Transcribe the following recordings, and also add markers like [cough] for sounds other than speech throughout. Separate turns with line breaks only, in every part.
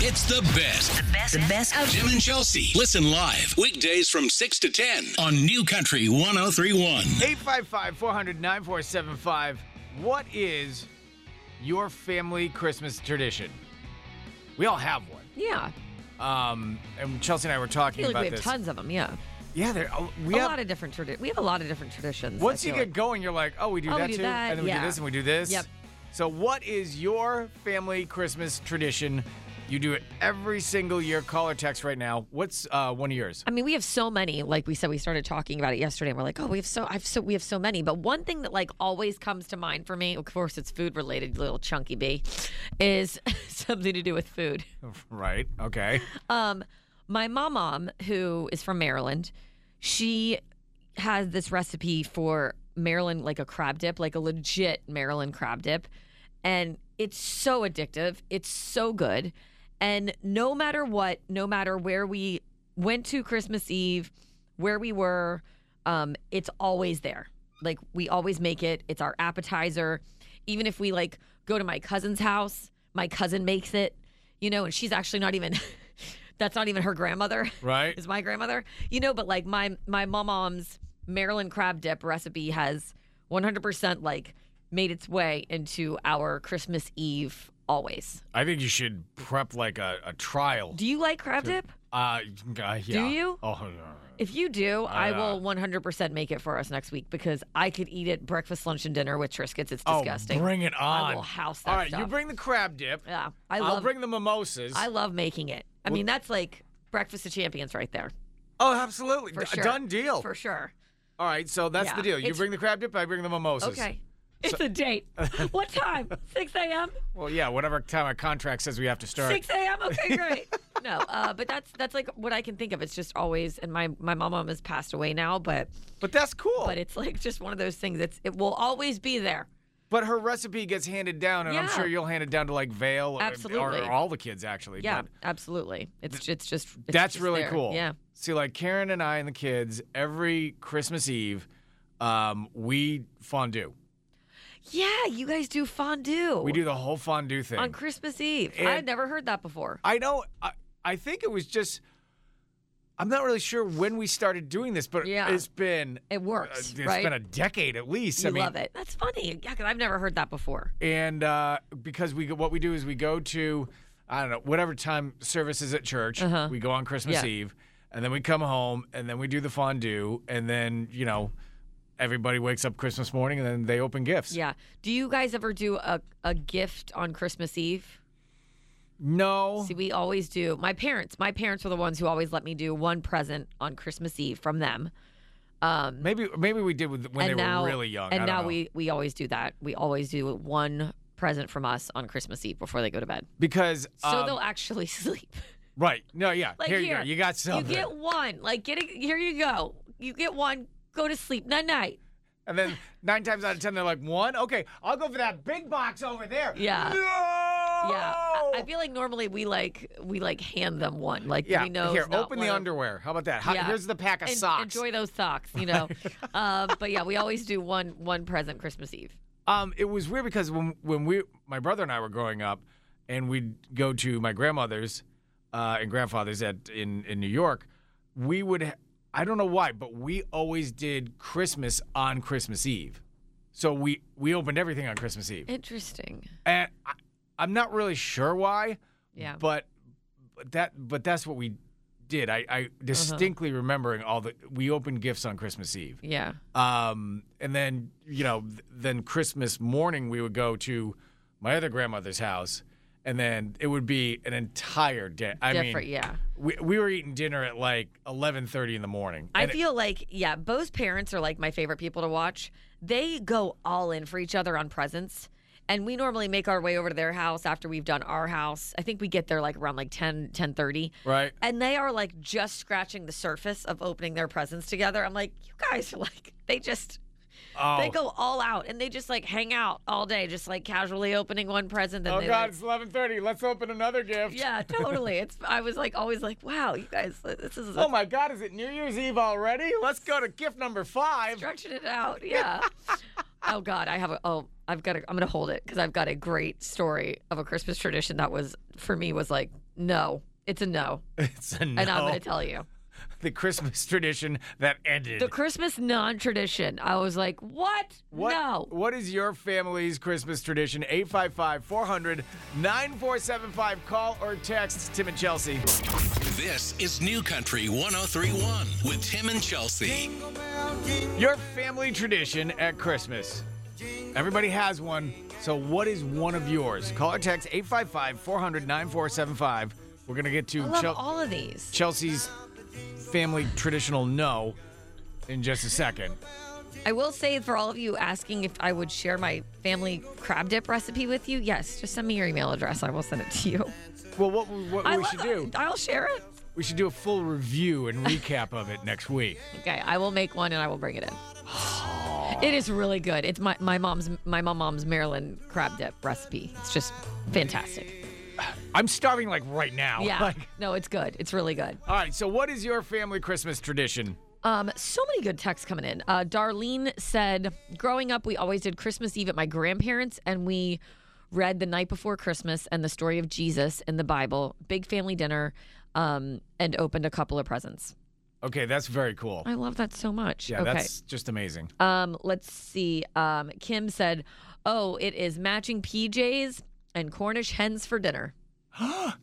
It's the best.
The best, the best of
Jim and Chelsea. Listen live weekdays from 6 to 10 on New Country 1031.
855 400 9475. What is your family Christmas tradition? We all have one.
Yeah.
Um, and Chelsea and I were
I
talking
feel like
about
we have
this.
tons of them. Yeah.
Yeah, there, oh, we
A
have.
lot of different traditions. We have a lot of different traditions. I
once you
feel
get
like.
going, you're like, oh, we do
Oh, we
that
do
too.
that,
and then we
yeah.
do this and we do this.
Yep.
So, what is your family Christmas tradition? You do it every single year. Call or text right now. What's uh, one of
[laughs]
yours?
I mean, we have so many. Like we said, we started talking about it yesterday, and we're like, oh, we have so, I've so, we have so many. But one thing that like always comes to mind for me, of course, it's food related, little chunky bee, is [laughs] something to do with food.
Right. Okay.
Um, my mom, mom, who is from Maryland, she has this recipe for Maryland, like a crab dip, like a legit Maryland crab dip, and it's so addictive. It's so good, and no matter what, no matter where we went to Christmas Eve, where we were, um, it's always there. Like we always make it. It's our appetizer. Even if we like go to my cousin's house, my cousin makes it. You know, and she's actually not even. [laughs] that's not even her grandmother.
Right.
Is my grandmother. You know, but like my my mom's Maryland crab dip recipe has 100% like made its way into our Christmas Eve always.
I think you should prep like a, a trial.
Do you like crab dip?
Uh, yeah.
you?
Oh, no.
If you do, I
uh,
will 100% make it for us next week because I could eat it breakfast, lunch, and dinner with Triscuits. It's
Oh,
disgusting.
bring it on.
I will house that
All right,
stuff.
you bring the crab dip.
yeah, I
I'll
love.
bring the mimosas.
I love making it. I mean, that's like breakfast of champions right there,
oh, absolutely.
for
D-
sure.
Done deal.
for sure.
All right, so that's
Yeah,
the deal. You
it's-
bring the crab dip, I bring the mimosas.
Okay, it's a date.
[laughs]
what time? 6 a.m.
Well, yeah, whatever time our contract says we have to start.
6 a.m.
[laughs]
Okay, great. no, uh, but that's that's like what I can think of. It's just always, and my my mom has passed away now, but
But that's cool.
but it's like just one of those things. It's it will always be there.
But her recipe gets handed down, and I'm
Yeah.
sure you'll hand it down to like Vale or-
Absolutely.
or, all the kids actually.
Yeah,
but
absolutely. It's it's just it's
that's
just
really
there.
cool.
Yeah,
See, like Karen and I and the kids every Christmas Eve, um, we fondue.
yeah. You guys do fondue.
We do the whole fondue thing.
on Christmas Eve.
And-
I had never heard that before.
I know. I, I think it was just. I'm not really sure when we started doing this, but
Yeah.
it's been
It
uh,
works,
it's
right?
been a decade at least.
you
I mean,
love it. That's funny. Yeah, because I've never heard that before.
and uh, because we go- what we do is we go to I don't know whatever time service is at church.
Uh-huh.
We go on Christmas
Yeah.
Eve, and then we come home, and then we do the fondue, and then you know everybody wakes up Christmas morning, and then they open gifts.
Yeah. Do you guys ever do a, a gift on Christmas Eve?
No,
See, we always do. My parents, my parents were the ones who always let me do one present on Christmas Eve from them. Um,
maybe maybe we did with, when
and
they
now,
were really young.
And
I don't
now
know.
we we always do that. We always do one present from us on Christmas Eve before they go to bed,
because
so
um,
they'll actually [laughs] sleep.
right no yeah
Like
here,
here,
you go you got
You
something
get one. Like get a, here you go. You get one. Go to sleep. Night night.
and then nine times out of ten they're like one okay I'll go for that big box over there
Yeah.
no
Yeah.
Oh!
I, I feel like normally we like we like hand them one. Like
Yeah,
we know
here,
it's not
open
one
the
of-
underwear. How about that? How,
Yeah.
Here's the pack of
En-
socks.
Enjoy those socks,
[laughs]
you know. uh, but yeah, we always do one one present Christmas Eve.
Um, it was weird because when when we my brother and I were growing up, and we'd go to my grandmother's uh, and grandfather's at in in New York, we would ha- I don't know why, but we always did Christmas on Christmas Eve, so we we opened everything on Christmas
Eh.
Eve,
Interesting.
and I, I'm not really sure why,
Yeah.
but but that but that's what we did. I,
Uh-huh.
I distinctly remembering all the we opened gifts on Christmas Eve.
Yeah.
Um, and then, you know, th- then Christmas morning, we would go to my other grandmother's house. And then it would be an entire day. I
Different,
mean,
yeah.
we, we were eating dinner at like 11.30 in the morning.
I
And it-
feel like, yeah, Bo's parents are like my favorite people to watch. They go all in for each other on presents. And we normally make our way over to their house after we've done our house. I think we get there like around like 10, 10.30.
right?
And they are like just scratching the surface of opening their presents together. I'm like, you guys are like, they just,
Oh,
they go all out and they just like hang out all day, just like casually opening one present. Then
oh
they
God,
like- [laughs]
it's 11.30. Let's open another gift.
yeah, totally. It's, I was like, always like, wow, you guys, this is
Oh my God, is it New Year's Eve already? Let's go to gift number five.
stretching it out. [laughs] Yeah. oh God, I have a. Oh, I've got. A, I'm gonna hold it because I've got a great story of a Christmas tradition that was for me was like No, it's a no,
[laughs] It's a no.
and I'm going to tell you
the Christmas [laughs] tradition that ended.
the Christmas non-tradition. I was like, what?
What,
No.
What is your family's Christmas tradition? 855 400 9475. Call or text Tim and Chelsea.
This is New Country 1031 with Tim and Chelsea.
Your family tradition at Christmas. Everybody has one. So, what is one of yours? Call or text 855 400 9475. We're going to get to
I love
Chel-
all of these.
Chelsea's family traditional no in just a second.
I will say for all of you asking if I would share my family crab dip recipe with you, yes, just send me your email address. I will send it to you.
Well, what, we- what
I
we
love
should do,
it. I'll share it.
we should do a full review and recap of it next week.
Okay, I will make one and I will bring it in. It is really good. It's my, my mom's my mom mom's Maryland crab dip recipe. It's just fantastic.
I'm starving like right now.
Yeah.
[laughs] Like,
no, it's good. It's really good.
all right, so what is your family Christmas tradition?
Um, so many good texts coming in. Uh, Darlene said, "Growing up, we always did Christmas Eve at my grandparents, and we read the night before Christmas and the story of Jesus in the Bible. Big family dinner, um, and opened a couple of presents.
Okay, that's very cool.
I love that so much.
Yeah,
okay.
that's just amazing.
Um, let's see. Um, Kim said, "Oh, it is matching PJs and Cornish hens for dinner."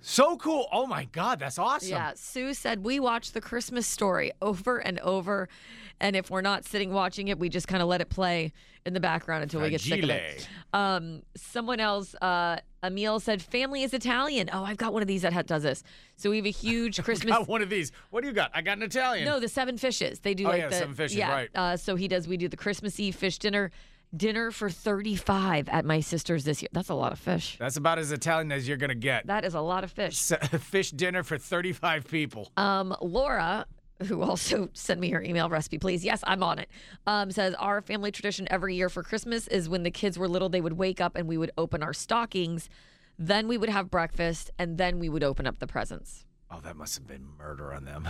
So cool. Oh my God, that's awesome. [laughs]
Yeah, Sue said we watch the Christmas story over and over, and if we're not sitting watching it, we just kind of let it play in the background until we get sick of it. Um, someone else, uh, Emil said, "Family is Italian." Oh, I've got one of these that ha- does this. So we have a huge Christmas.
Got one of these. What do you got? I got an Italian.
No, the seven fishes. They do
Oh,
like
yeah,
the
seven fishes,
Yeah.
right.
Uh, so he does. We do the Christmas Eve fish dinner. Dinner for thirty-five at my sister's this year. That's a lot of fish.
That's about as Italian as you're going to get.
That is a lot of fish.
S- [laughs] Fish dinner for 35 people.
Um, Laura, who also [laughs] sent me her email recipe, please. Yes, I'm on it. Um, says our family tradition every year for Christmas is when the kids were little, they would wake up and we would open our stockings, then we would have breakfast, and then we would open up the presents,
Oh, that must have been murder on them.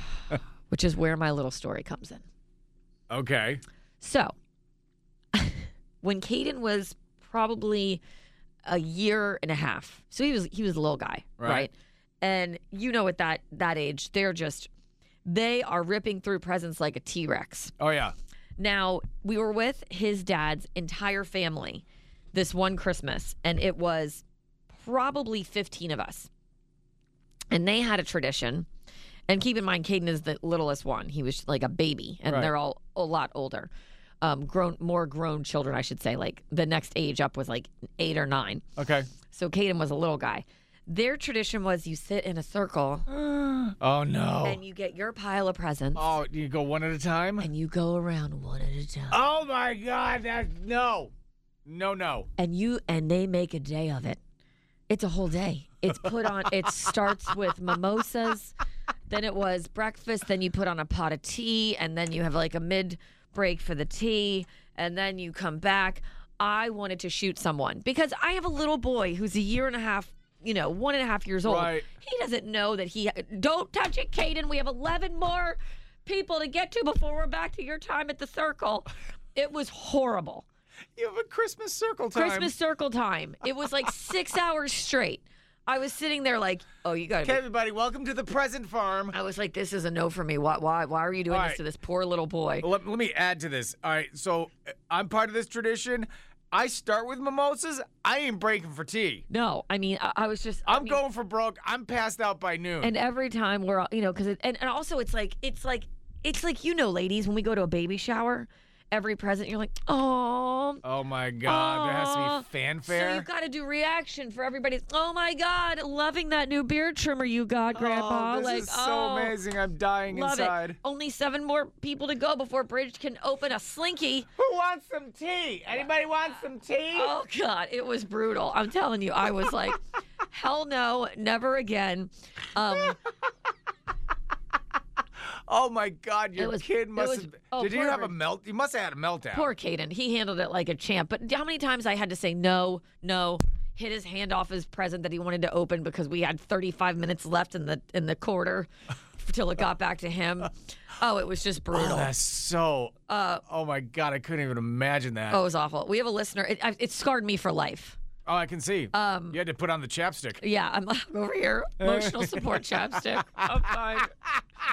[laughs]
which is where my little story comes in.
Okay.
So, [laughs] when Caden was probably a year and a half, so he was he was a little guy,
Right.
right? And you know, at that that age, they're just they are ripping through presents like a T Rex.
Oh, yeah.
Now, we were with his dad's entire family this one Christmas, and it was probably 15 of us. And they had a tradition. And keep in mind, Caden is the littlest one. He was like a baby, and
Right.
they're all a lot older. Um, grown, more grown children, I should say. Like the next age up was like eight or nine.
Okay.
So Caden was a little guy. Their tradition was you sit in a circle
Oh, no.
and you get your pile of presents
Oh, you go one at a time?
and you go around one at a time.
Oh, my God. That, no. No, no.
and you and they make a day of it. It's a whole day. It's put on. it starts with mimosas, then it was breakfast. Then you put on a pot of tea, and then you have like a mid break for the tea, and then you come back. I wanted to shoot someone because I have a little boy who's a year and a half. You know, one and a half years old.
Right.
He doesn't know that he. Don't touch it, Caden. We have 11 more people to get to before we're back to your time at the circle. It was horrible.
You have a Christmas circle time.
Christmas circle time. It was
[laughs]
like six hours straight. I was sitting there like, oh, you got
Okay,
to.
everybody, welcome to the present farm.
I was like, this is a no for me. Why? Why? Why are you doing
All right.
this to this poor little boy?
Let, let me add to this. All right, so uh, I'm part of this tradition. I start with mimosas. I ain't breaking for tea.
No, I mean, I, I was just. I
I'm
mean,
going for broke. I'm passed out by noon.
And every time we're, all- you know, because and and also it's like it's like it's like you know, ladies, when we go to a baby shower, every present you're like, oh.
oh my God, there has
Aw.
to be
So
fanfare.
you've got to do reaction for everybody's. Oh my God, loving that new beard trimmer you got, Grandpa.
Oh, this
like,
is so
oh.
amazing. I'm dying
Love
inside.
it. Only seven more people to go before Bridge can open a slinky.
Who wants some tea? Anybody want some tea?
Oh God, it was brutal. I'm telling you, I was like, hell no, never again. Um,
Oh my God, your
It was-
kid
it
must
was-
have.
oh,
did you
poor
have a
Bri-
melt? You must have had a meltdown.
poor Caden, he handled it like a champ. But how many times I had to say no, no, hit his hand off his present that he wanted to open because we had 35 minutes left in the in the quarter till it got back to him. Oh, it was just
Oh,
brutal.
that's so.
Uh,
oh my God, I couldn't even imagine that.
Oh, it was awful. We have a listener. It, I- it scarred me for life.
Oh, I can see.
Um,
you had to put on the chapstick.
Yeah, I'm I'm over
[laughs]
here. Emotional support chapstick. I'm fine.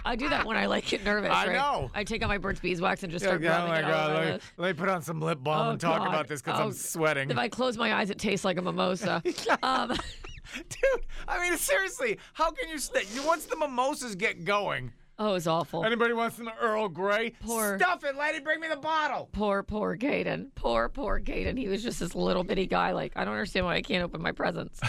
I do that when I like get nervous.
I
right?
know.
I take out my Burt's beeswax and just
Yeah,
start
oh
rubbing
my
it all over
god!
my
Let,
nose.
let me put on some lip balm
Oh,
and talk
God.
about this because
Oh,
I'm sweating.
If I close my eyes, it tastes like a mimosa. um,
[laughs]
[laughs]
Dude, I mean seriously, how can you stay? you- Once the mimosas get going,
oh, it's awful.
anybody wants some Earl Grey?
Poor-
Stuff it, lady. Bring me the bottle.
Poor, poor Gaydon. Poor, poor Gaydon. He was just this little bitty guy. Like, I don't understand why I can't open
[sighs]
my presents.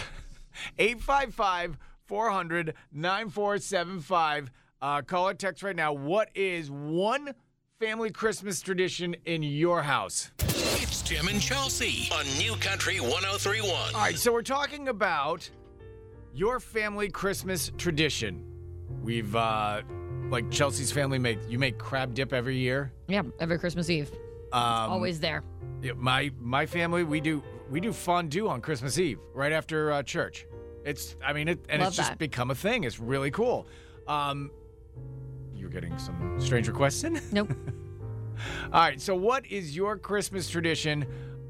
855 400 9475. Uh, Call or text right now. What is one family Christmas tradition in your house?
It's Tim and Chelsea on New Country 1031.
All right, so we're talking about your family Christmas tradition. We've, uh, like Chelsea's family, make you make crab dip every year.
Yeah, every Christmas Eve.
Um,
Always there.
Yeah, my my family we do we do fondue on Christmas Eve right after uh, church. It's I mean it and
Love
it's just
that.
become a thing. It's really cool. Um, you're getting some strange requests in. [laughs]
Nope.
All right, so what is your Christmas tradition?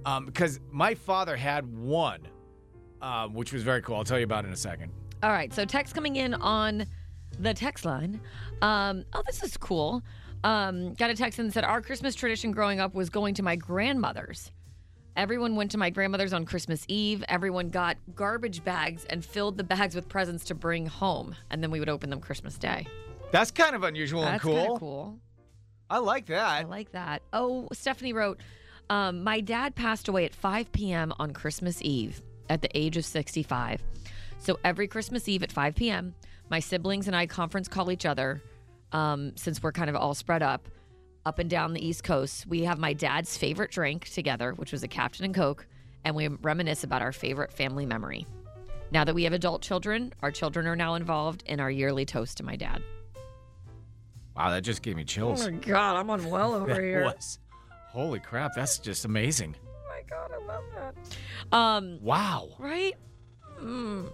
Um, because my father had one, um, which was very cool. I'll tell you about it in a second.
All right, so text coming in on the text line. Um, oh, this is cool. Um, got a text and said our Christmas tradition growing up was going to my grandmother's. Everyone went to my grandmother's on Christmas Eve. Everyone got garbage bags and filled the bags with presents to bring home, and then we would open them Christmas Day.
That's kind of unusual and
That's
Oh, cool.
kind of cool.
I like
I
that.
like that. Oh, Stephanie wrote, um, My dad passed away at 5 p.m. on Christmas Eve at the age of 65. So every Christmas Eve at 5 p.m., my siblings and I conference call each other um, since we're kind of all spread up, up and down the East Coast. We have my dad's favorite drink together, which was a Captain and Coke, and we reminisce about our favorite family memory. Now that we have adult children, our children are now involved in our yearly toast to my dad.
Wow, that just gave me chills.
Oh God, I'm on well over
[laughs] That was- holy crap, that's just amazing.
Oh my god, I love that. Um,
Wow.
right? Mm.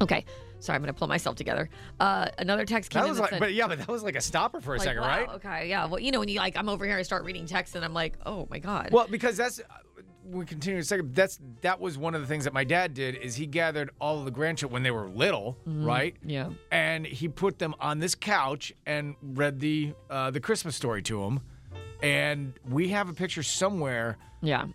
Okay. Sorry, I'm gonna pull myself together. Uh, another text came
That
in
was
that
like,
said,
but yeah, but that was like a stopper for a
like,
second,
wow,
right?
Okay, yeah. Well, you know, when you like, I'm over here, I start reading text, and I'm like, oh my god.
Well, because that's uh, we continue in a second. That's that was one of the things that my dad did is he gathered all of the grandchildren when they were little, right?
Mm-hmm. yeah.
And he put them on this couch and read the uh, the Christmas story to them. And we have a picture somewhere,
Yeah.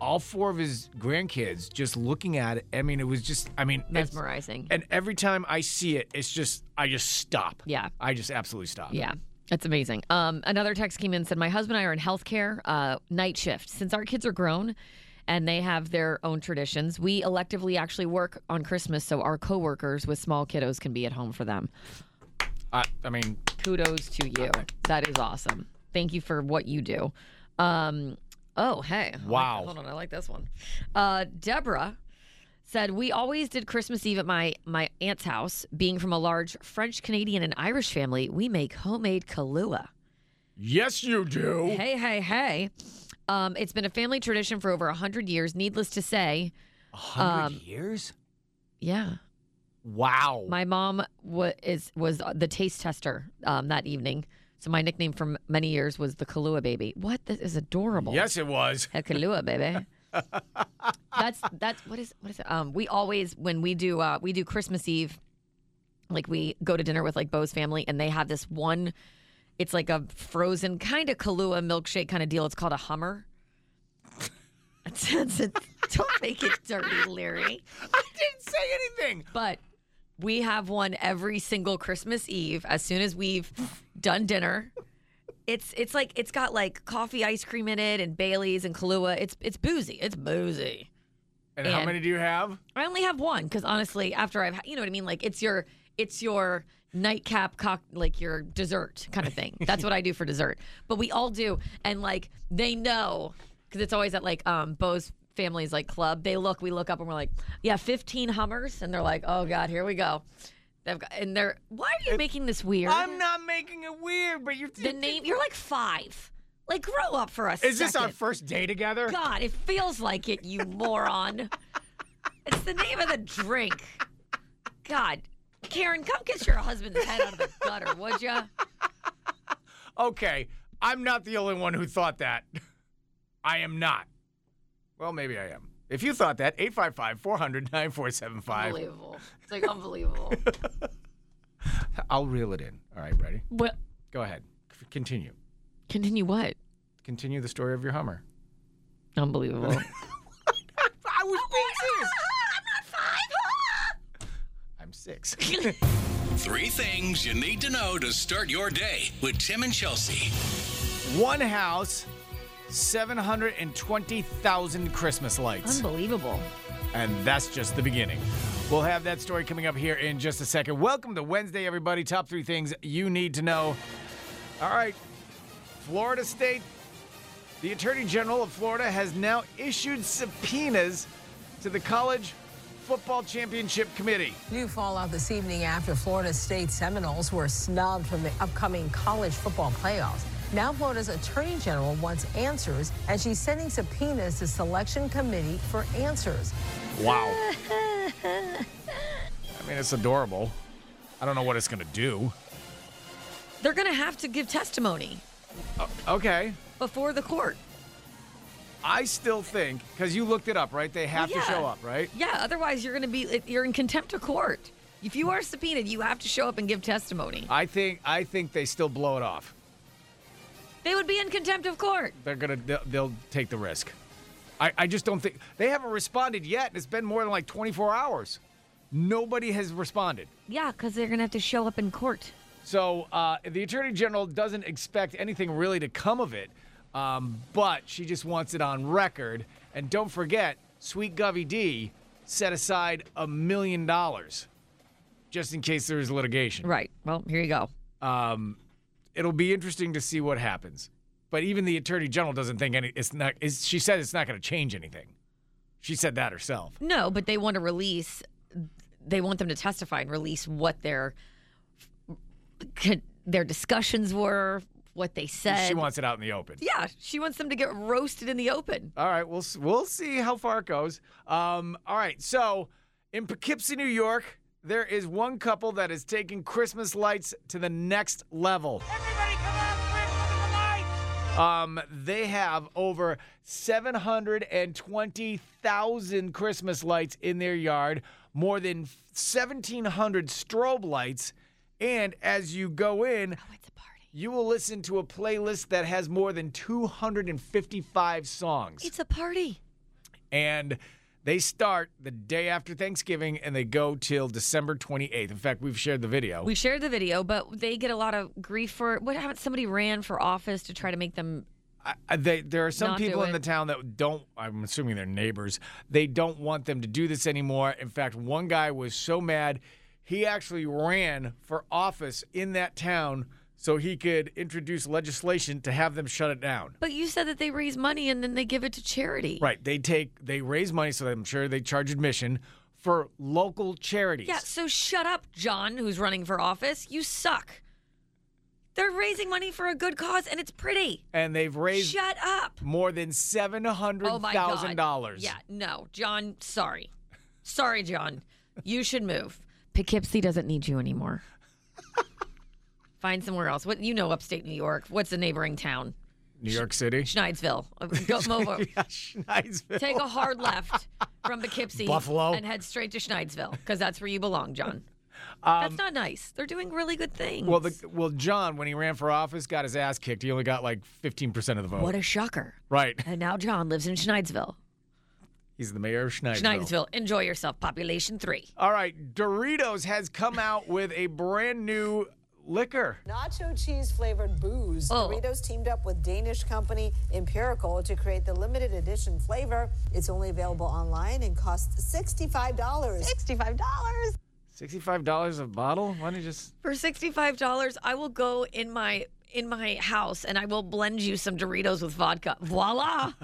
all four of his grandkids just looking at it. I mean, it was just, I mean, it's-
Mesmerizing.
and every time I see it, it's just, I just stop.
Yeah.
I just absolutely stop.
Yeah. That's amazing. Um, another text came in and said, My husband and I are in healthcare, uh, night shift. Since our kids are grown and they have their own traditions, we electively actually work on Christmas so our coworkers with small kiddos can be at home for them.
I, I mean,
kudos to you. That is awesome. Thank you for what you do. Um, oh, hey. I like-
Wow.
hold on. I like this one. Uh, Deborah said, We always did Christmas Eve at my, my aunt's house. Being from a large French, Canadian, and Irish family, we make homemade Kahlua.
yes, you do.
Hey, hey, hey. Um, it's been a family tradition for over 100 years. Needless to say,
A hundred years?
yeah,
Wow.
um, My mom was is, was the taste tester um, that evening, so my nickname for m- many years was the Kahlua baby. What? This is adorable.
yes, it was.
a Kahlua baby. that's that's what is what is it? Um, we always when we do uh, we do Christmas Eve, like we go to dinner with like Bo's family, and they have this one. It's like a frozen kind of Kahlua milkshake kind of deal. It's called a Hummer. [laughs] It's- it's- don't make it dirty, Larry.
[laughs] I didn't say anything.
But we have one every single Christmas Eve as soon as we've done dinner. It's it's like it's got like coffee ice cream in it and Bailey's and Kahlua. It's it's boozy. It's boozy.
And, how
And-
many do you have?
I only have one because honestly, after I've you know what I mean, like it's your it's your nightcap cock like your dessert kind of
[laughs]
thing. That's what I do for dessert. But we all do, and like they know because it's always at like um Bo's family's like club. They look, we look up, and we're like, yeah, fifteen Hummers, and they're like, oh god, here we go. They've got, and they're why are you making this weird?
I'm not making it weird, but you.
the name. You're like five. Like grow up for us.
Is this our
second.
first day together?
God, it feels like it, you moron. It's the name of the drink. God, Karen, come kiss your husband's head out of the gutter, would you?
Okay, [laughs] I'm not the only one who thought that. I am not. Well, maybe I am. If you thought that, 855 400 9475.
Unbelievable. It's like unbelievable.
I'll reel it in. All right, ready?
What?
Go ahead. C- Continue.
Continue what?
Continue the story of your Hummer. [laughs]
Unbelievable.
I was being [laughs] serious. [laughs] I'm six.
Three things you need to know to start your day with Tim and Chelsea.
One house, 720,000 Christmas lights.
Unbelievable.
And that's just the beginning. We'll have that story coming up here in just a second. Welcome to Wednesday, everybody. Top three things you need to know. All right, Florida State, the Attorney General of Florida has now issued subpoenas to the College Football Championship Committee.
New fallout this evening after Florida State Seminoles were snubbed from the upcoming college football playoffs. Now Florida's Attorney General wants answers, and she's sending subpoenas to selection committee for answers.
Wow. I mean, it's adorable. I don't know what it's going to do.
They're going to have to give testimony
Okay.
before the court.
I still think, because you looked it up, right? They have
Yeah.
to show up, right?
Yeah, otherwise you're going to be you're in contempt of court. If you are subpoenaed, you have to show up and give testimony.
I think I think they still blow it off.
They would be in contempt of court.
They're gonna they'll, they'll take the risk. I, I just don't think they haven't responded yet. and It's been more than like 24 hours. Nobody has responded.
Yeah, because they're going to have to show up in court.
So uh, the attorney general doesn't expect anything really to come of it, um, but she just wants it on record. And don't forget, Sweet Govy D set aside a million dollars just in case there is litigation.
Right. Well, here you go.
Um, it'll be interesting to see what happens. But even the attorney general doesn't think any. It's not. It's, she said it's not going to change anything. She said that herself.
No, but they want to release. They want them to testify and release what their their discussions were, what they said.
she wants it out in the open.
yeah, she wants them to get roasted in the open.
All right, we'll s- we'll see how far it goes. Um, all right, so in Poughkeepsie, New York, there is one couple that is taking Christmas lights to the next level.
Everybody come out quick for the lights!
Um, they have over 720,000 Christmas lights in their yard, more than 1,700 strobe lights, and as you go in,
It's a party.
you will listen to a playlist that has more than 255 songs.
It's a party.
and they start the day after Thanksgiving and they go till December 28th. In fact, we've shared the video.
We shared the video, but they get a lot of grief for what happened. Somebody ran for office to try to make them.
I, I- they, there are some
Not do
people in
it.
the town that don't, I'm assuming they're neighbors, they don't want them to do this anymore. In fact, one guy was so mad, he actually ran for office in that town so he could introduce legislation to have them shut it down.
But you said that they raise money and then they give it to charity.
Right. They take, they raise money, so I'm sure they charge admission for local charities.
Yeah. So shut up, John, who's running for office. You suck. They're raising money for a good cause, and it's pretty.
And they've raised
Shut up.
more than seven hundred
Oh my
thousand
God.
dollars.
Oh Yeah, no, John. Sorry, sorry, John. You should move. Poughkeepsie doesn't need you
[laughs]
anymore. Find somewhere else. What you know, upstate New York. What's a neighboring town?
New York City.
Schneidsville. Uh, Go move.
[laughs]
o-
Yeah, Schneidsville.
Take a hard left from Poughkeepsie,
Buffalo.
and head straight to Schneidsville because that's where you belong, John. that's not nice. They're doing really good things.
Um, well, the, well, John, when he ran for office, got his ass kicked. He only got like fifteen percent of the vote.
what a shocker!
right. [laughs]
And now John lives in Schneidsville.
He's the mayor of Schneidsville.
Schneidsville. Enjoy yourself. Population three.
All right. Doritos has come out with a brand new liquor.
Nacho cheese flavored booze.
Oh.
Doritos teamed up with Danish company Empirical to create the limited edition flavor. It's only available online and costs $65. $65?
Sixty-five dollars a bottle. Why don't you just?
For sixty-five dollars, I will go in my in my house and I will blend you some Doritos with vodka.
[laughs]
Voila!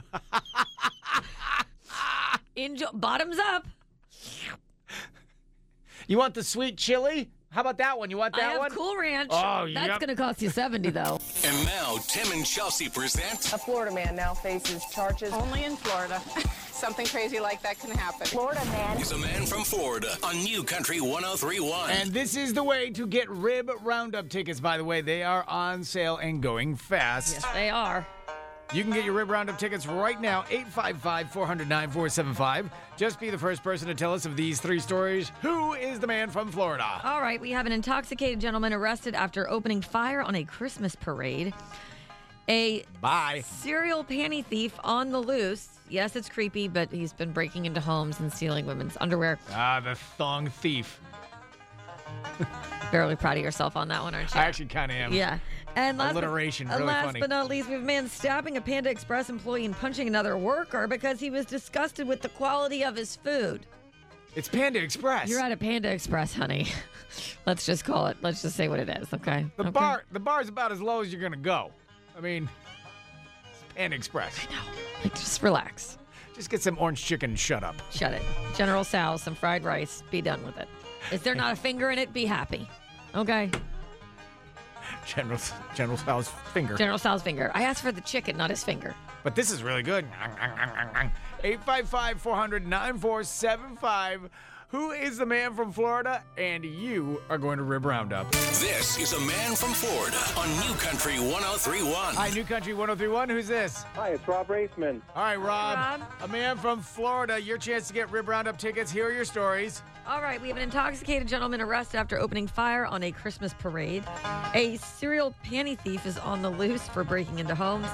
Enjoy. Bottoms up.
You want the sweet chili? How about that one? You want
I
that
have
one?
Cool Ranch.
Oh,
That's
yep.
gonna cost you seventy
[laughs]
though.
And now, Tim and Chelsea present
A Florida man now faces charges.
Only in Florida. [laughs] Something crazy like that can happen.
is a man from Florida on New Country 1031.
And this is the way to get Rib Roundup tickets. By the way, they are on sale and going fast.
yes, they are.
You can get your Rib Roundup tickets right now, 855 400 9475. Just be the first person to tell us of these three stories. Who is the man from Florida?
All right, we have an intoxicated gentleman arrested after opening fire on a Christmas parade. A
Bye.
serial panty thief on the loose. Yes, it's creepy, but he's been breaking into homes and stealing women's underwear.
Ah, the thong thief.
Fairly proud of yourself on that one, aren't you?
I actually kind of am.
Yeah. And last,
Alliteration,
but, and
really
last
funny.
but not least, we have a man stabbing a Panda Express employee and punching another worker because he was disgusted with the quality of his food.
It's Panda Express.
You're at a Panda Express, honey. [laughs] Let's just call it. Let's just say what it is, okay?
the
Okay.
bar. The bar's about as low as you're gonna go. I mean, it's Panda Express.
No, like just relax.
Just get some orange chicken. and Shut up.
Shut it. General Sal, some fried rice. Be done with it. Is there not a finger in it? Be happy. Okay.
General General Sal's finger.
General Sal's finger. I asked for the chicken, not his finger.
But this is really good. 855 400 9475. Who is the man from Florida? And you are going to Rib Roundup.
This is a man from Florida on New Country 1031.
Hi, New Country 1031. Who's this?
Hi, it's Rob Raceman.
All right, Rob.
Rob.
A man from Florida. Your chance to get Rib Roundup tickets. Here are your stories.
All right, we have an intoxicated gentleman arrested after opening fire on a Christmas parade. A serial panty thief is on the loose for breaking into homes.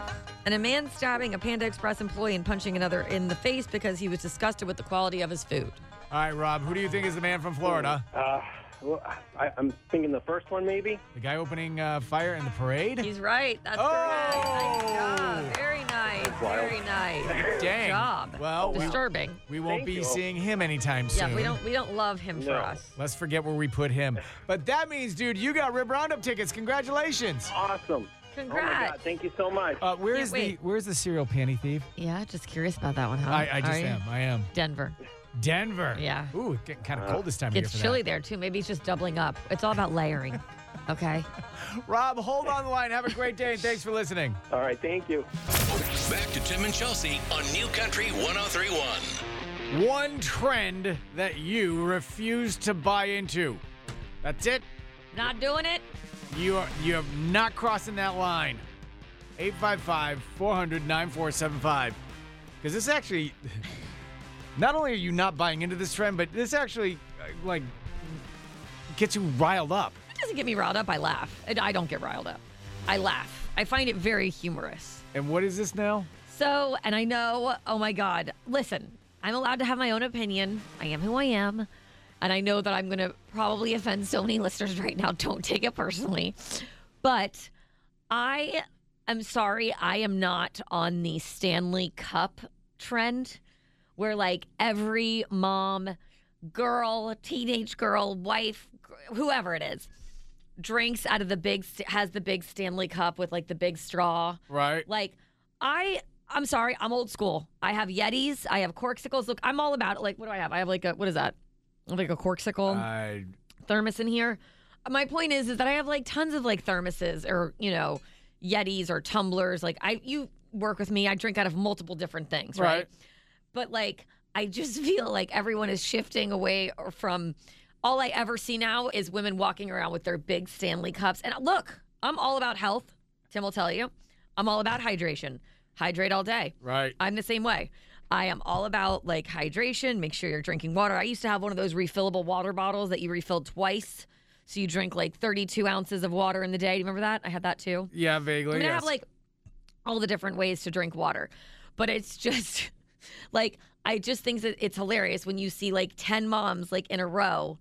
And a man stabbing a Panda Express employee and punching another in the face because he was disgusted with the quality of his food.
All right, Rob. Who do you think is the man from Florida?
Uh, well, I, I'm thinking the first one, maybe.
The guy opening uh, fire in the parade?
He's right. That's
Oh!
correct. Nice job. Very nice.
wild.
Very nice. Good
Dang.
job.
Well, we-
disturbing.
We won't
Thank
be
you.
seeing him anytime soon.
Yeah, we don't we don't love him for
No.
us.
Let's forget where we put him. But that means, dude, you got Rib Roundup tickets. Congratulations.
Awesome. Oh my
Congrats.
God, thank you so much.
Uh, where
Can't
is
wait.
the where's the serial panty thief?
yeah, just curious about that one, huh?
I, I just
Are you?
am. I am.
Denver.
Denver.
Yeah.
Ooh, it's getting kind of cold this time of year.
It's
for
chilly there too. Maybe he's just doubling up. It's all about
[laughs]
layering. Okay.
That. Rob, hold on the line. Have a great day and thanks for listening.
All right, thank you.
Back to Tim and Chelsea on New Country 1031.
One trend that you refuse to buy into. That's it.
Not doing it.
You are you have not crossing that line. 855 400 9475. Because this actually, [laughs] not only are you not buying into this trend, but this actually, uh, like, gets you riled up.
It doesn't get me riled up. I laugh. And I don't get riled up. I laugh. I find it very humorous.
And what is this now?
So, and I know, oh my God, listen, I'm allowed to have my own opinion. I am who I am. And I know that I'm going to probably offend so many listeners right now. Don't take it personally. But I am sorry, I am not on the Stanley Cup trend where like every mom, girl, teenage girl, wife, whoever it is, drinks out of the big, has the big Stanley Cup with like the big straw.
Right.
Like, I, I'm sorry, I'm old school. I have Yetis, I have corksicles. Look, I'm all about it. Like, what do I have? I have like a, what is that? Like a corksicle
I
thermos in here. My point is, is that I have like tons of like thermoses or you know Yetis or tumblers. Like I, you work with me. I drink out of multiple different things, right?
Right.
But like, I just [laughs] feel like everyone is shifting away or from. All I ever see now is women walking around with their big Stanley cups. And look, I'm all about health. Tim will tell you, I'm all about hydration. Hydrate all day.
Right.
I'm the same way. I am all about like hydration. Make sure you're drinking water. I used to have one of those refillable water bottles that you refill twice. So you drink like 32 ounces of water in the day. Do you remember that? I had that too.
Yeah, vaguely.
I mean,
yes.
I have like all the different ways to drink water, but it's [laughs] just like I just think that it's hilarious when you see like ten moms like in a row,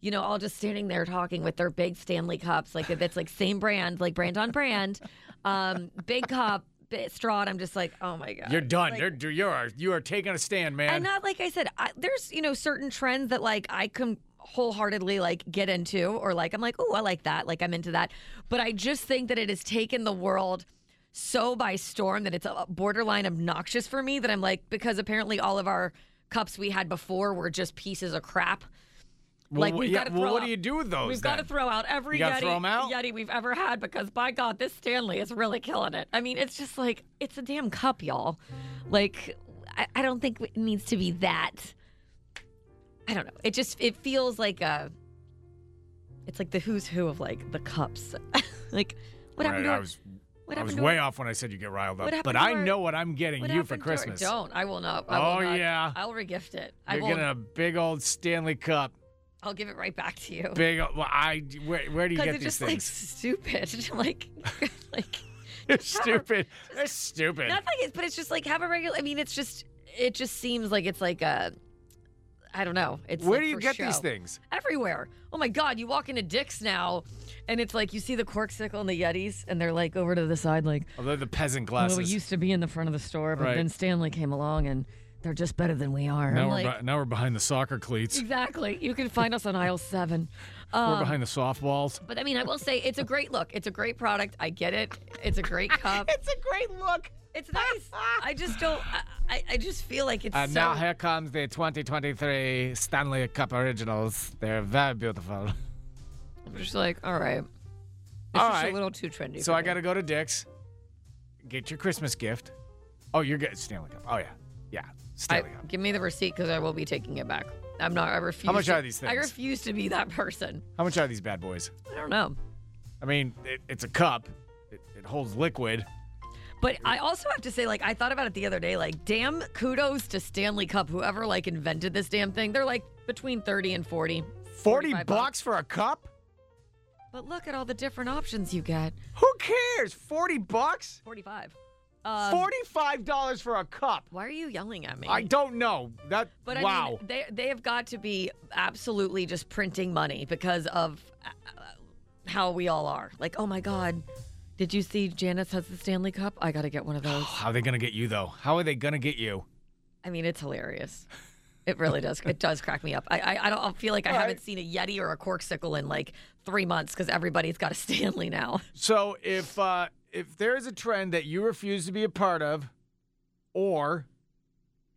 you know, all just standing there talking with their big Stanley cups, like that's like same brand, like brand on brand, um, big cup, bit straw, and I'm just like, oh my god,
You're done.
Like,
you're you're you are taking a stand, man.
and not like I said, I, there's you know certain trends that like I can wholeheartedly like get into, or like I'm like, oh, I like that, like I'm into that. But I just think that it has taken the world so by storm that it's uh, borderline obnoxious for me that I'm like because apparently all of our cups we had before were just pieces of crap.
Well,
like,
wh-
we've
yeah,
gotta
well,
throw
what
up-
do you do with those?
We've got to
then?
throw out every
Oh, You gotta
Yeti,
throw 'em out?
Yeti we've ever had because by God, this Stanley is really killing it. I mean, it's just like it's a damn cup, y'all. Like, I, I don't think it needs to be that. I don't know. It just it feels like a. It's like the who's who of like the cups, [laughs] like what
Right,
happened to
I
our-
was
What
I was
happened to
way
our-
off when I said you get riled up,
What happened
but
to
I
our-
know what I'm getting
What
you for
happened to our-
Christmas.
Don't. I will not. I will
Oh,
not.
yeah.
I'll regift it. I
You're
will.
getting a big old Stanley Cup.
I'll give it right back to you.
Big. Old, well, I. Where, where do you
Because
get these
it's just
things? [laughs]
like stupid. [laughs] like, like [laughs]
They're stupid. They're stupid.
not like it's, but it's just like have a regular. I mean, it's just it just seems like it's like a. I don't know. It's
Where
like
do you
for
get these
show.
things?
Everywhere. Oh my God! You walk into Dick's now, and it's like you see the corksicle and the Yetis, and they're like over to the side, like
Although the peasant
well,
glasses.
we used to be in the front of the store, but
Right.
then Stanley came along, and they're just better than we are.
now
I'm
we're
like,
beh- now we're behind the soccer cleats.
exactly. You can find us on aisle seven. Um,
we're behind the softballs.
But I mean, I will say it's a great look. It's a great product. I get it. It's a
[laughs]
great cup.
It's a great look.
It's nice. I just don't. I, I, I just feel like it's
And
so.
now here comes the 2023 Stanley Cup Originals. They're very beautiful.
I'm just like, all right. It's
All
just
right.
a little too trendy.
So
for
I
me.
got to go to Dick's, get your Christmas gift. Oh, you're getting Stanley Cup. Oh yeah, yeah,
I-
Stanley Cup.
give me the receipt because I will be taking it back. I'm not. I refuse.
much
to-
are these
I
things?
refuse to be that person.
How much are these bad boys?
I don't know.
I mean, it, it's a cup. It, it holds liquid.
But I also have to say, like, I thought about it the other day. Like, damn, kudos to Stanley Cup, whoever like invented this damn thing. They're like between thirty and forty.
Forty
45
bucks,
bucks.
for a cup?
But look at all the different options you get.
Who cares? Forty bucks?
Forty-five. Um,
Forty-five dollars for a cup?
Why are you yelling at me?
I don't know. That
But I
wow.
mean, they they have got to be absolutely just printing money because of uh, how we all are. Like, oh my God, did you see Janice has the Stanley Cup? I got to get one of
[gasps]
those.
How are they gonna get you though? How are they gonna get you?
I mean, it's hilarious. It really does. It does crack me up. I I, I don't I feel like I
All
haven't
right.
seen a Yeti or a corksicle in like three months because everybody's got a Stanley now.
So if uh, if there is a trend that you refuse to be a part of, or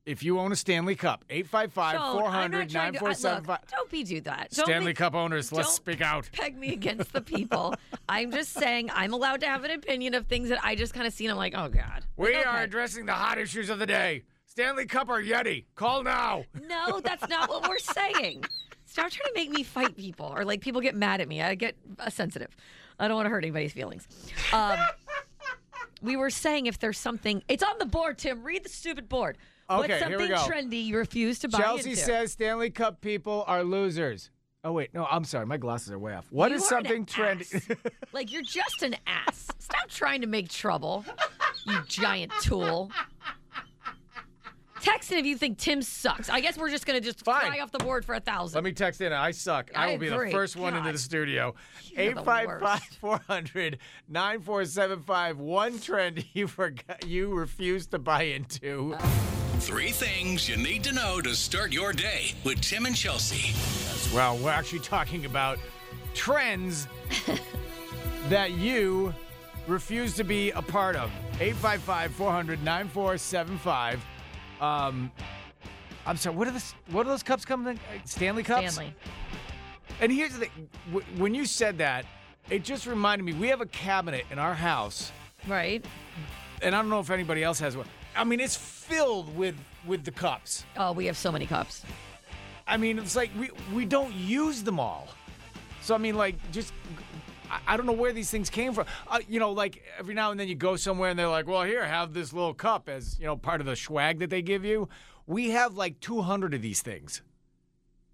if you own a Stanley Cup, 855
Don't. I'm
400
not trying to- I- look,
9475.
Don't be do that. Don't
Stanley
be-
Cup owners, let's
don't
speak out.
Peg me against the people. I'm just saying I'm allowed to have an opinion of things that I just kind of see and I'm like, oh God.
We
Like,
are
okay.
addressing the hot issues of the day. Stanley Cup or Yeti? Call now.
No, that's not what we're saying. Stop trying to make me fight people or like people get mad at me. I get uh, sensitive. I don't want to hurt anybody's feelings.
[laughs]
Um, we were saying if there's something, it's on the board, Tim. Read the stupid board.
Okay,
What's
here
something
we go.
trendy you refuse to buy
Chelsea
into?
says Stanley Cup people are losers. Oh wait, no, I'm sorry, my glasses are way off. What
You
is
are an
something trendy?
ass. like you're just an ass. Stop trying to make trouble, you giant tool. Text in if you think Tim sucks. I guess we're just gonna just
Fine.
fly off the board for a thousand.
Let me text in. I suck. I,
I
will be the
agree.
first one into
God.
the studio.
You're the
855 400 9475. One trend [laughs] you forgot, you refuse to buy into.
Uh.
Three things you need to know to start your day with Tim and Chelsea.
Well, we're actually talking about
[laughs]
trends that you refuse to be a part of. 855 400 9475. Um, I'm sorry. What are the what do those cups come in? Stanley cups.
Stanley.
And here's the thing: Wh- when you said that, it just reminded me we have a cabinet in our house,
Right?
and I don't know if anybody else has one. I mean, it's filled with with the cups.
Oh, we have so many cups.
I mean, it's like we we don't use them all. So I mean, like just. I- I don't know where these things came from. Uh, you know, like every now and then you go somewhere and they're like, "Well, here, have this little cup as you know part of the swag that they give you." We have like 200 of these things,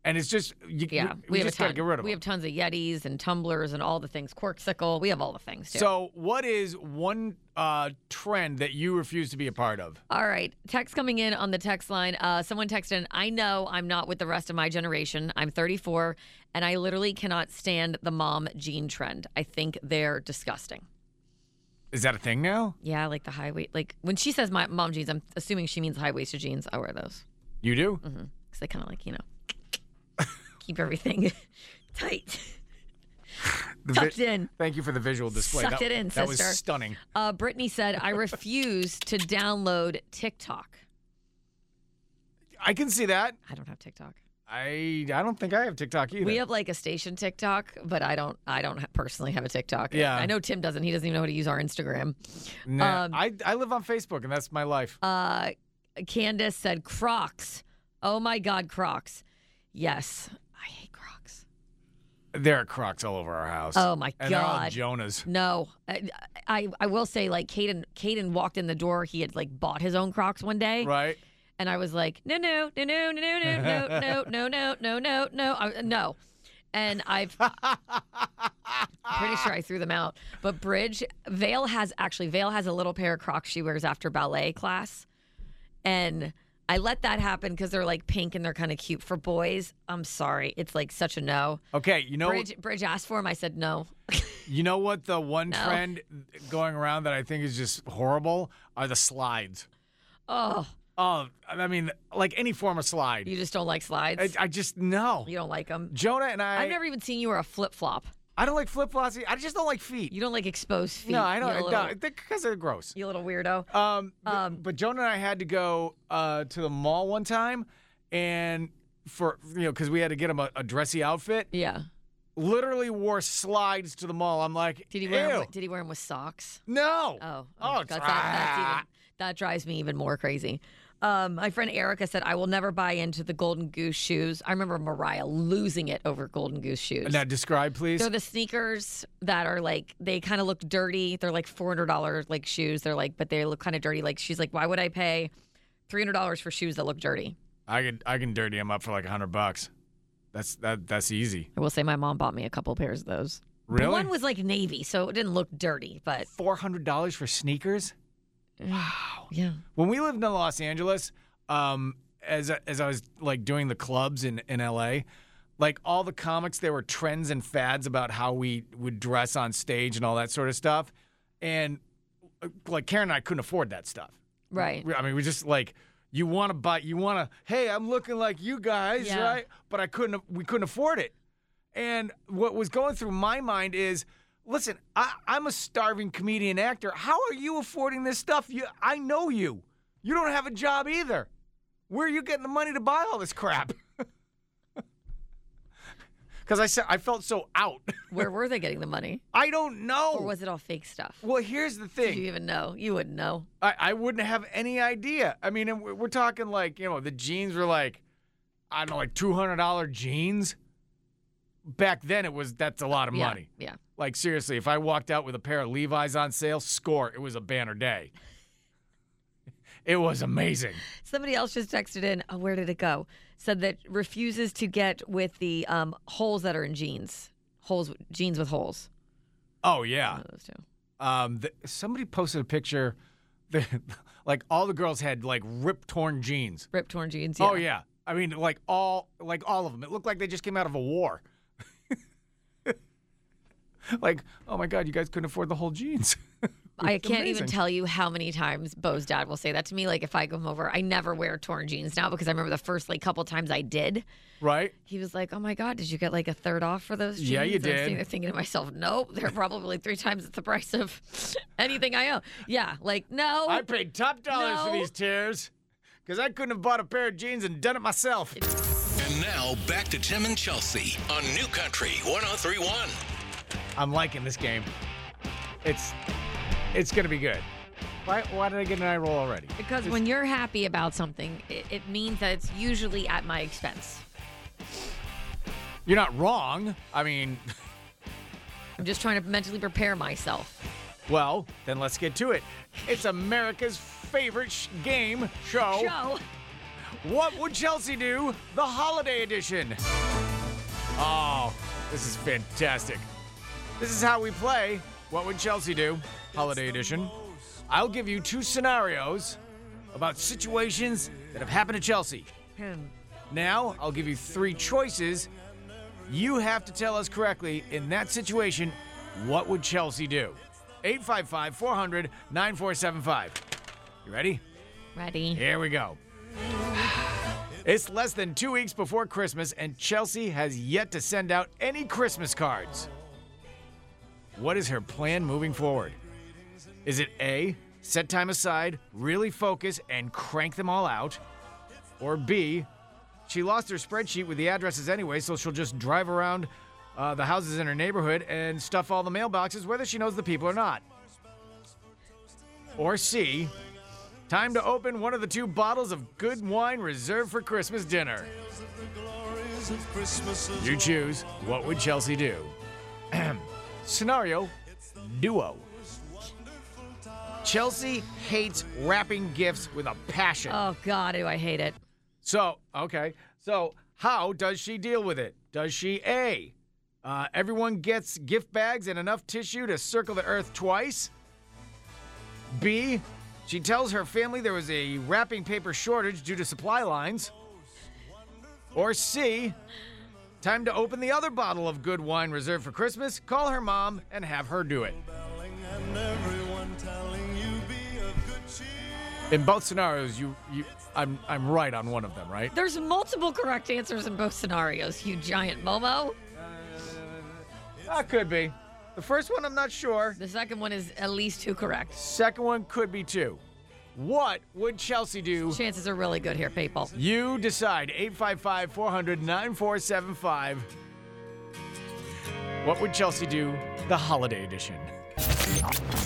and it's just you,
Yeah,
we,
we, have
just
a ton.
gotta get rid of
we
them.
have tons of Yetis and tumblers and all the things. Corksicle. We have all the things too.
So, what is one uh, trend that you refuse to be a part of?
all right, text coming in on the text line. Uh, someone texted, in, "I know I'm not with the rest of my generation. I'm 34, and I literally cannot stand the mom jean trend. I think they're disgusting."
Is that a thing now?
Yeah, like the high waist. Like when she says my mom jeans, I'm assuming she means high waisted jeans. I wear those
You do?
because they kind of like you know keep everything [laughs] tight,
The
tucked
vi-
in.
Thank you for the visual display.
Sucked
that,
it in,
that was
sister.
stunning.
Uh, Brittany said, I refuse to download TikTok.
I can see that.
I don't have TikTok.
I I don't think I have TikTok either.
We have like a station TikTok, but I don't. I don't ha- personally have a TikTok.
Yeah.
I know Tim doesn't. He doesn't even know how to use our Instagram.
Nah,
um,
I I live on Facebook and that's my life.
Uh, Candace said Crocs. Oh my God, Crocs. Yes, I hate Crocs.
There are crocs all over our house.
Oh my
and They're all
god, [laughs]
Jonas.
No, I, I I will say like Caden Caden walked in the door. He had like bought his own Crocs one day,
Right?
and I was like, no, no, no, no, no, no, no, no, no, no, no, no, no, no, I- no. And I've pretty sure I threw them out. But Bridge Vale has actually Vale has a little pair of Crocs she wears after ballet class, and I let that happen because they're like pink and they're kind of cute for boys. I'm sorry, it's like such a no.
Okay, you know
Bridge Bridge asked for them. I said no.
you know what the one trend going around that I think is just horrible are the slides.
Oh,
Oh, I mean, like any form of slide.
you just don't like slides.
I, I just no.
you don't like them.
Jonah and I.
I've never even seen you wear a flip flop.
I don't like flip flops. e, I just don't like feet.
You don't like exposed feet.
no, I don't.
You
no,
little,
I think because they're gross.
you little weirdo.
Um, but,
Um,
but Jonah and I had to go uh, to the mall one time, and for you know, because we had to get him a, a dressy outfit.
Yeah.
Literally wore slides to the mall. I'm like,
Did he wear? 'em
Ew,
with- did he wear 'em with socks?
no.
Oh, oh,
Oh,
God, that, that's
ah.
even, that drives me even more crazy. Um, my friend Erica said, "I will never buy into the Golden Goose shoes." I remember Mariah losing it over Golden Goose shoes.
Now describe, please.
They're the sneakers that are like they kind of look dirty. They're like four hundred dollars like shoes. They're like, but they look kind of dirty. Like she's like, why would I pay three hundred dollars for shoes that look dirty?
I can I can dirty him up for like hundred bucks. That's that that's easy.
I will say my mom bought me a couple pairs of those. But
Really?
One was like navy, so it didn't look dirty, but
Four hundred dollars for sneakers? Wow.
yeah.
When we lived in Los Angeles, um, as I- as I was like doing the clubs in in L.A., like all the comics, there were trends and fads about how we would dress on stage and all that sort of stuff, and uh, like Karen and I couldn't afford that stuff.
Right.
We- I mean, we just like you want to buy, you want to. Hey, I'm looking like you guys,
Yeah.
right? But I couldn't. We couldn't afford it. And what was going through my mind is, listen, I, I'm a starving comedian actor. How are you affording this stuff? You, I know you. You don't have a job either. Where are you getting the money to buy all this crap? [laughs] Because I said I felt so out. [laughs]
Where were they getting the money?
I don't know.
Or was it all fake stuff?
Oh. well, here's the thing.
Did you even know? You wouldn't know.
I, I wouldn't have any idea. I mean, and we're we're talking like, you know, the jeans were like, I don't know, like $200 jeans. Back then, it was that's a lot of
Yeah.
money.
Yeah.
Like, seriously, if I walked out with a pair of Levi's on sale, score, it was a banner day. It was amazing.
Somebody else just texted in. Oh, where did it go? Said that refuses to get with the um, holes that are in jeans. Holes, jeans with holes.
Oh, yeah.
One of those two.
Um, th somebody posted a picture, [laughs] that, like, all the girls had like rip torn jeans.
Rip torn jeans.
Oh yeah. I mean, like all like all of them. It looked like they just came out of a war. [laughs] like, oh my god, you guys couldn't afford the whole jeans. [laughs]
I can't even
Amazing.
tell you how many times Bo's dad will say that to me. Like if I come over, I never wear torn jeans now because I remember the first like couple times I did.
right?
He was like, "Oh my god, did you get like a third off for those jeans?"
Yeah, you
And I'm sitting
did.
there thinking to myself, "Nope, they're probably three times the price of [laughs] anything I own." Yeah, like no.
I paid top dollars for
Oh, No.
these tears because I couldn't have bought a pair of jeans and done it myself.
And now back to Tim and Chelsea on New Country 1031.
I'm liking this game. It's it's gonna be good. Why why did I get an eye roll already?
because when you're happy about something, it, it means that it's usually at my expense.
You're not wrong. I mean, [laughs]
I'm just trying to mentally prepare myself.
well, then let's get to it. It's America's favorite sh- game
Joe,
What would Chelsea do? The holiday edition. Oh, this is fantastic. This is how we play What Would Chelsea Do? Holiday edition. I'll give you two scenarios about situations that have happened to Chelsea. Now, I'll give you three choices. You have to tell us correctly in that situation, what would Chelsea do? 855 400 9475. You ready?
ready?
Here we go. It's less than two weeks before Christmas, and Chelsea has yet to send out any Christmas cards. What is her plan moving forward? Is it A, set time aside, really focus, and crank them all out? Or B, she lost her spreadsheet with the addresses anyway, so she'll just drive around uh, the houses in her neighborhood and stuff all the mailboxes, whether she knows the people or not? Or C, Time to open one of the two bottles of good wine reserved for Christmas dinner. You choose. What would Chelsea do? [clears throat] Scenario duo. Chelsea hates wrapping gifts with a passion.
Oh God, do I hate it?
So, okay. So, how does she deal with it? Does she A, uh, everyone gets gift bags and enough tissue to circle the earth twice? B, she tells her family there was a wrapping paper shortage due to supply lines? Or C, time to open the other bottle of good wine reserved for Christmas, call her mom, and have her do it. In both scenarios, you, you I'm I'm right on one of them, right?
There's multiple correct answers in both scenarios. You giant Momo.
That could be. The first one, I'm not sure.
The second one is at least two correct.
Second one could be two. What would Chelsea do?
Chances are really good here, people.
You decide. 855 400 9475. What would Chelsea do? The holiday edition.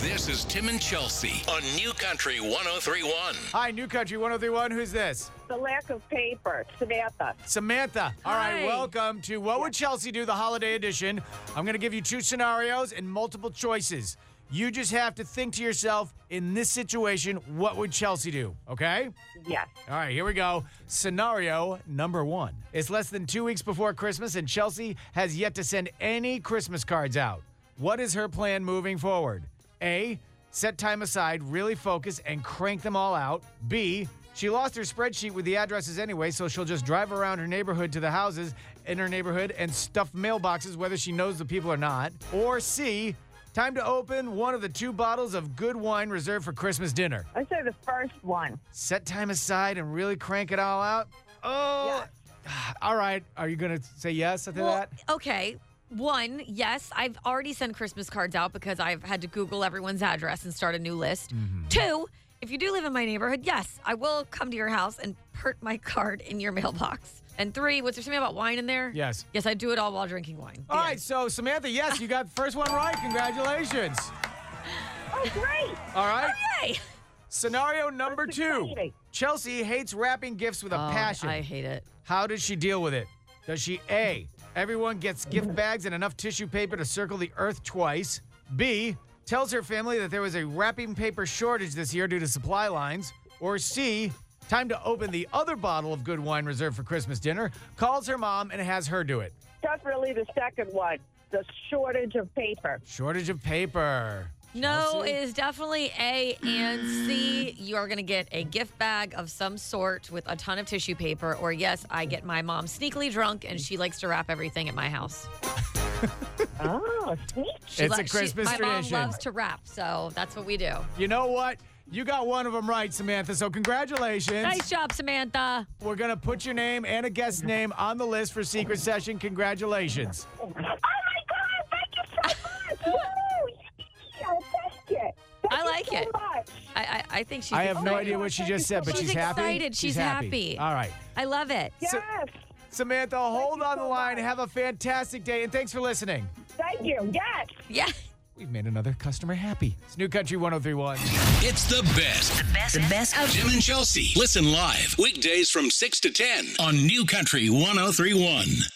This is Tim and Chelsea on New Country 1031.
Hi, New Country 1031. Who's this?
The lack of paper, Samantha.
Samantha. All right,
Hi.
welcome to What Would Chelsea Do? The Holiday Edition. I'm going to give you two scenarios and multiple choices. You just have to think to yourself, in this situation, what would Chelsea do? Okay?
Yes.
All right, here we go. Scenario number one. It's less than two weeks before Christmas, and Chelsea has yet to send any Christmas cards out. What is her plan moving forward? A, set time aside, really focus, and crank them all out. B, she lost her spreadsheet with the addresses anyway, so she'll just drive around her neighborhood to the houses in her neighborhood and stuff mailboxes, whether she knows the people or not. Or C, time to open one of the two bottles of good wine reserved for Christmas dinner
I say the first one.
set time aside and really crank it all out? Oh, [sighs] all right. Are you going to say yes after that?
okay. One, yes, I've already sent Christmas cards out because I've had to Google everyone's address and start a new list.
Mm-hmm.
Two, if you do live in my neighborhood, yes, I will come to your house and put my card in your [laughs] mailbox. And three, was there something about wine in there?
Yes.
Yes, I do it all while drinking wine.
All right. So, Samantha, yes, you got the first one right. Congratulations.
[laughs] Oh, great. Oh,
All right.
Hey.
Scenario number two
exciting.
Chelsea hates wrapping gifts with a
Oh,
passion.
I hate it.
How does she deal with it? Does she A, everyone gets gift bags and enough tissue paper to circle the earth twice? B, tells her family that there was a wrapping paper shortage this year due to supply lines? Or C, time to open the other bottle of good wine reserved for Christmas dinner, calls her mom and has her do it?
Definitely the second one. The shortage of paper.
Shortage of paper.
No, it is definitely A and C. You are going to get a gift bag of some sort with a ton of tissue paper. Or, yes, I get my mom sneakily drunk and she likes to wrap everything at my house.
Oh, sweet.
She
It's
lo-
a Christmas
she, my
tradition.
mom loves to wrap, so that's what we do.
You know what? You got one of them right, Samantha. So, congratulations.
Nice job, Samantha.
We're going to put your name and a guest name on the list for Secret Session. Congratulations.
Oh, my God. Thank you
[laughs]
so much. Woo! Yeah, I'll take it. Thank
I
you
like
so
it.
Much.
I, I, I think she's.
I have no
excited.
idea what she just said, but
She's
she's, happy.
excited. She's happy.
All right.
I love it.
Yes.
So- Samantha, hold
you
on the
so
line.
much.
Have a fantastic day, and thanks for listening.
Thank you. Yes.
Yeah.
We've made another customer happy. It's New Country 1031.
It's the best. The best. The best of Tim and oh Chelsea. Listen live weekdays from 6 to 10 on New Country 1031.